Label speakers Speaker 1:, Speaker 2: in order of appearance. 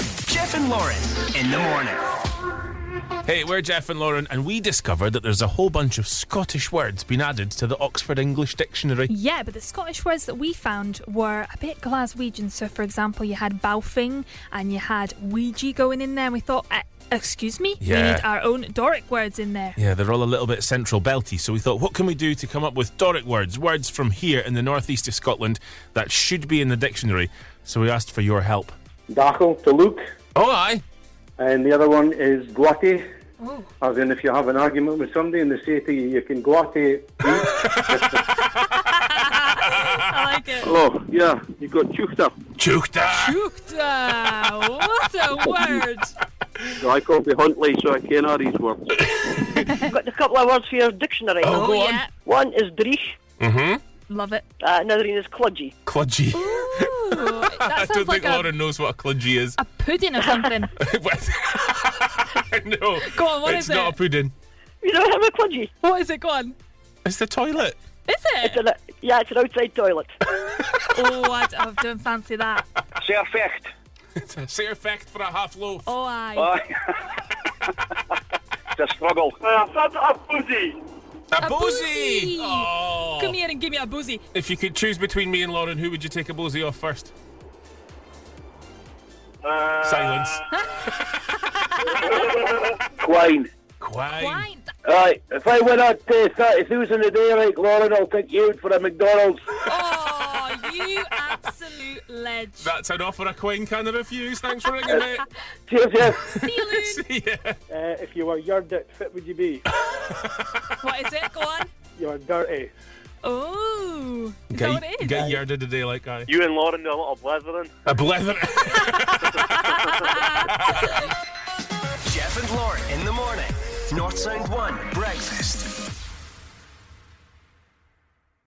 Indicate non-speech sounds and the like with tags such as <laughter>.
Speaker 1: Jeff and Lauren in the morning.
Speaker 2: Hey, we're Jeff and Lauren, and we discovered that there's a whole bunch of Scottish words being added to the Oxford English Dictionary.
Speaker 3: Yeah, but the Scottish words that we found were a bit Glaswegian. So, for example, you had balfing and you had Ouija going in there, and we thought, "Eh, excuse me, we
Speaker 2: Yeah.
Speaker 3: need our own Doric words in
Speaker 2: <laughs>
Speaker 3: there.
Speaker 2: Yeah, they're all a little bit central belty, so we thought, what can we do to come up with Doric words, words from here in the northeast of Scotland that should be in the dictionary? So we asked for your help.
Speaker 4: Dackle to look,
Speaker 2: Oh, aye.
Speaker 4: and the other one is glutty. As in, if you have an argument with somebody and they say to you, you can glutty. <laughs>
Speaker 3: I like it.
Speaker 4: Oh, yeah, you got chuked up.
Speaker 2: Chukta!
Speaker 3: Chukta, what a word.
Speaker 4: I call the Huntley, so I can add these words.
Speaker 5: got a couple of words for your dictionary.
Speaker 2: Oh, go on.
Speaker 3: yeah.
Speaker 5: One is dreich,
Speaker 3: Love it.
Speaker 5: uh, another one is kludgy.
Speaker 2: Kludgy.
Speaker 3: Ooh,
Speaker 2: I
Speaker 3: that
Speaker 2: don't
Speaker 3: sounds
Speaker 2: think
Speaker 3: like a,
Speaker 2: Lauren knows what a kludgy is.
Speaker 3: a pudding or
Speaker 2: <laughs>
Speaker 3: something.
Speaker 2: no.
Speaker 3: Go on, what
Speaker 2: it's
Speaker 3: is
Speaker 2: not
Speaker 3: it?
Speaker 2: a pudding.
Speaker 5: You know how a kludgy?
Speaker 3: what is it? Go on.
Speaker 2: It's the toilet. <laughs>
Speaker 3: Is
Speaker 5: It's
Speaker 3: it?
Speaker 5: an, yeah, it's an outside toilet.
Speaker 3: Oh, I, d- I don't fancy that.
Speaker 4: Perfect.
Speaker 2: It's a fair fact for a half loaf.
Speaker 3: Oh, I.
Speaker 4: It's a struggle.
Speaker 2: a,
Speaker 3: boozy.
Speaker 2: boozy! Oh.
Speaker 3: Come here and give me a boozy.
Speaker 2: If you could choose between me and Lauren, who would you take a boozy off first? Silence.
Speaker 4: Quine.
Speaker 2: Quine.
Speaker 3: Wine.
Speaker 4: Right, if I win out uh, 30,000 a day like Lauren, I'll take you out for a McDonald's.
Speaker 3: Oh, you absolute ledge.
Speaker 2: That's an offer a queen can refuse. Thanks for ringing,
Speaker 3: <laughs>
Speaker 2: mate.
Speaker 4: Cheers, yes.
Speaker 3: See you, Loon.
Speaker 2: <laughs> yeah.
Speaker 6: Uh, if you were your dirt, fit would you be?
Speaker 3: What is it? Go on.
Speaker 6: You're dirty.
Speaker 3: Oh, is that
Speaker 2: Get,
Speaker 3: what it is?
Speaker 2: get yarded today like I.
Speaker 4: You and Lauren do a lot of blethering.
Speaker 2: A blether.
Speaker 1: Jeff and Lauren in the morning. North Sound 1 breakfast.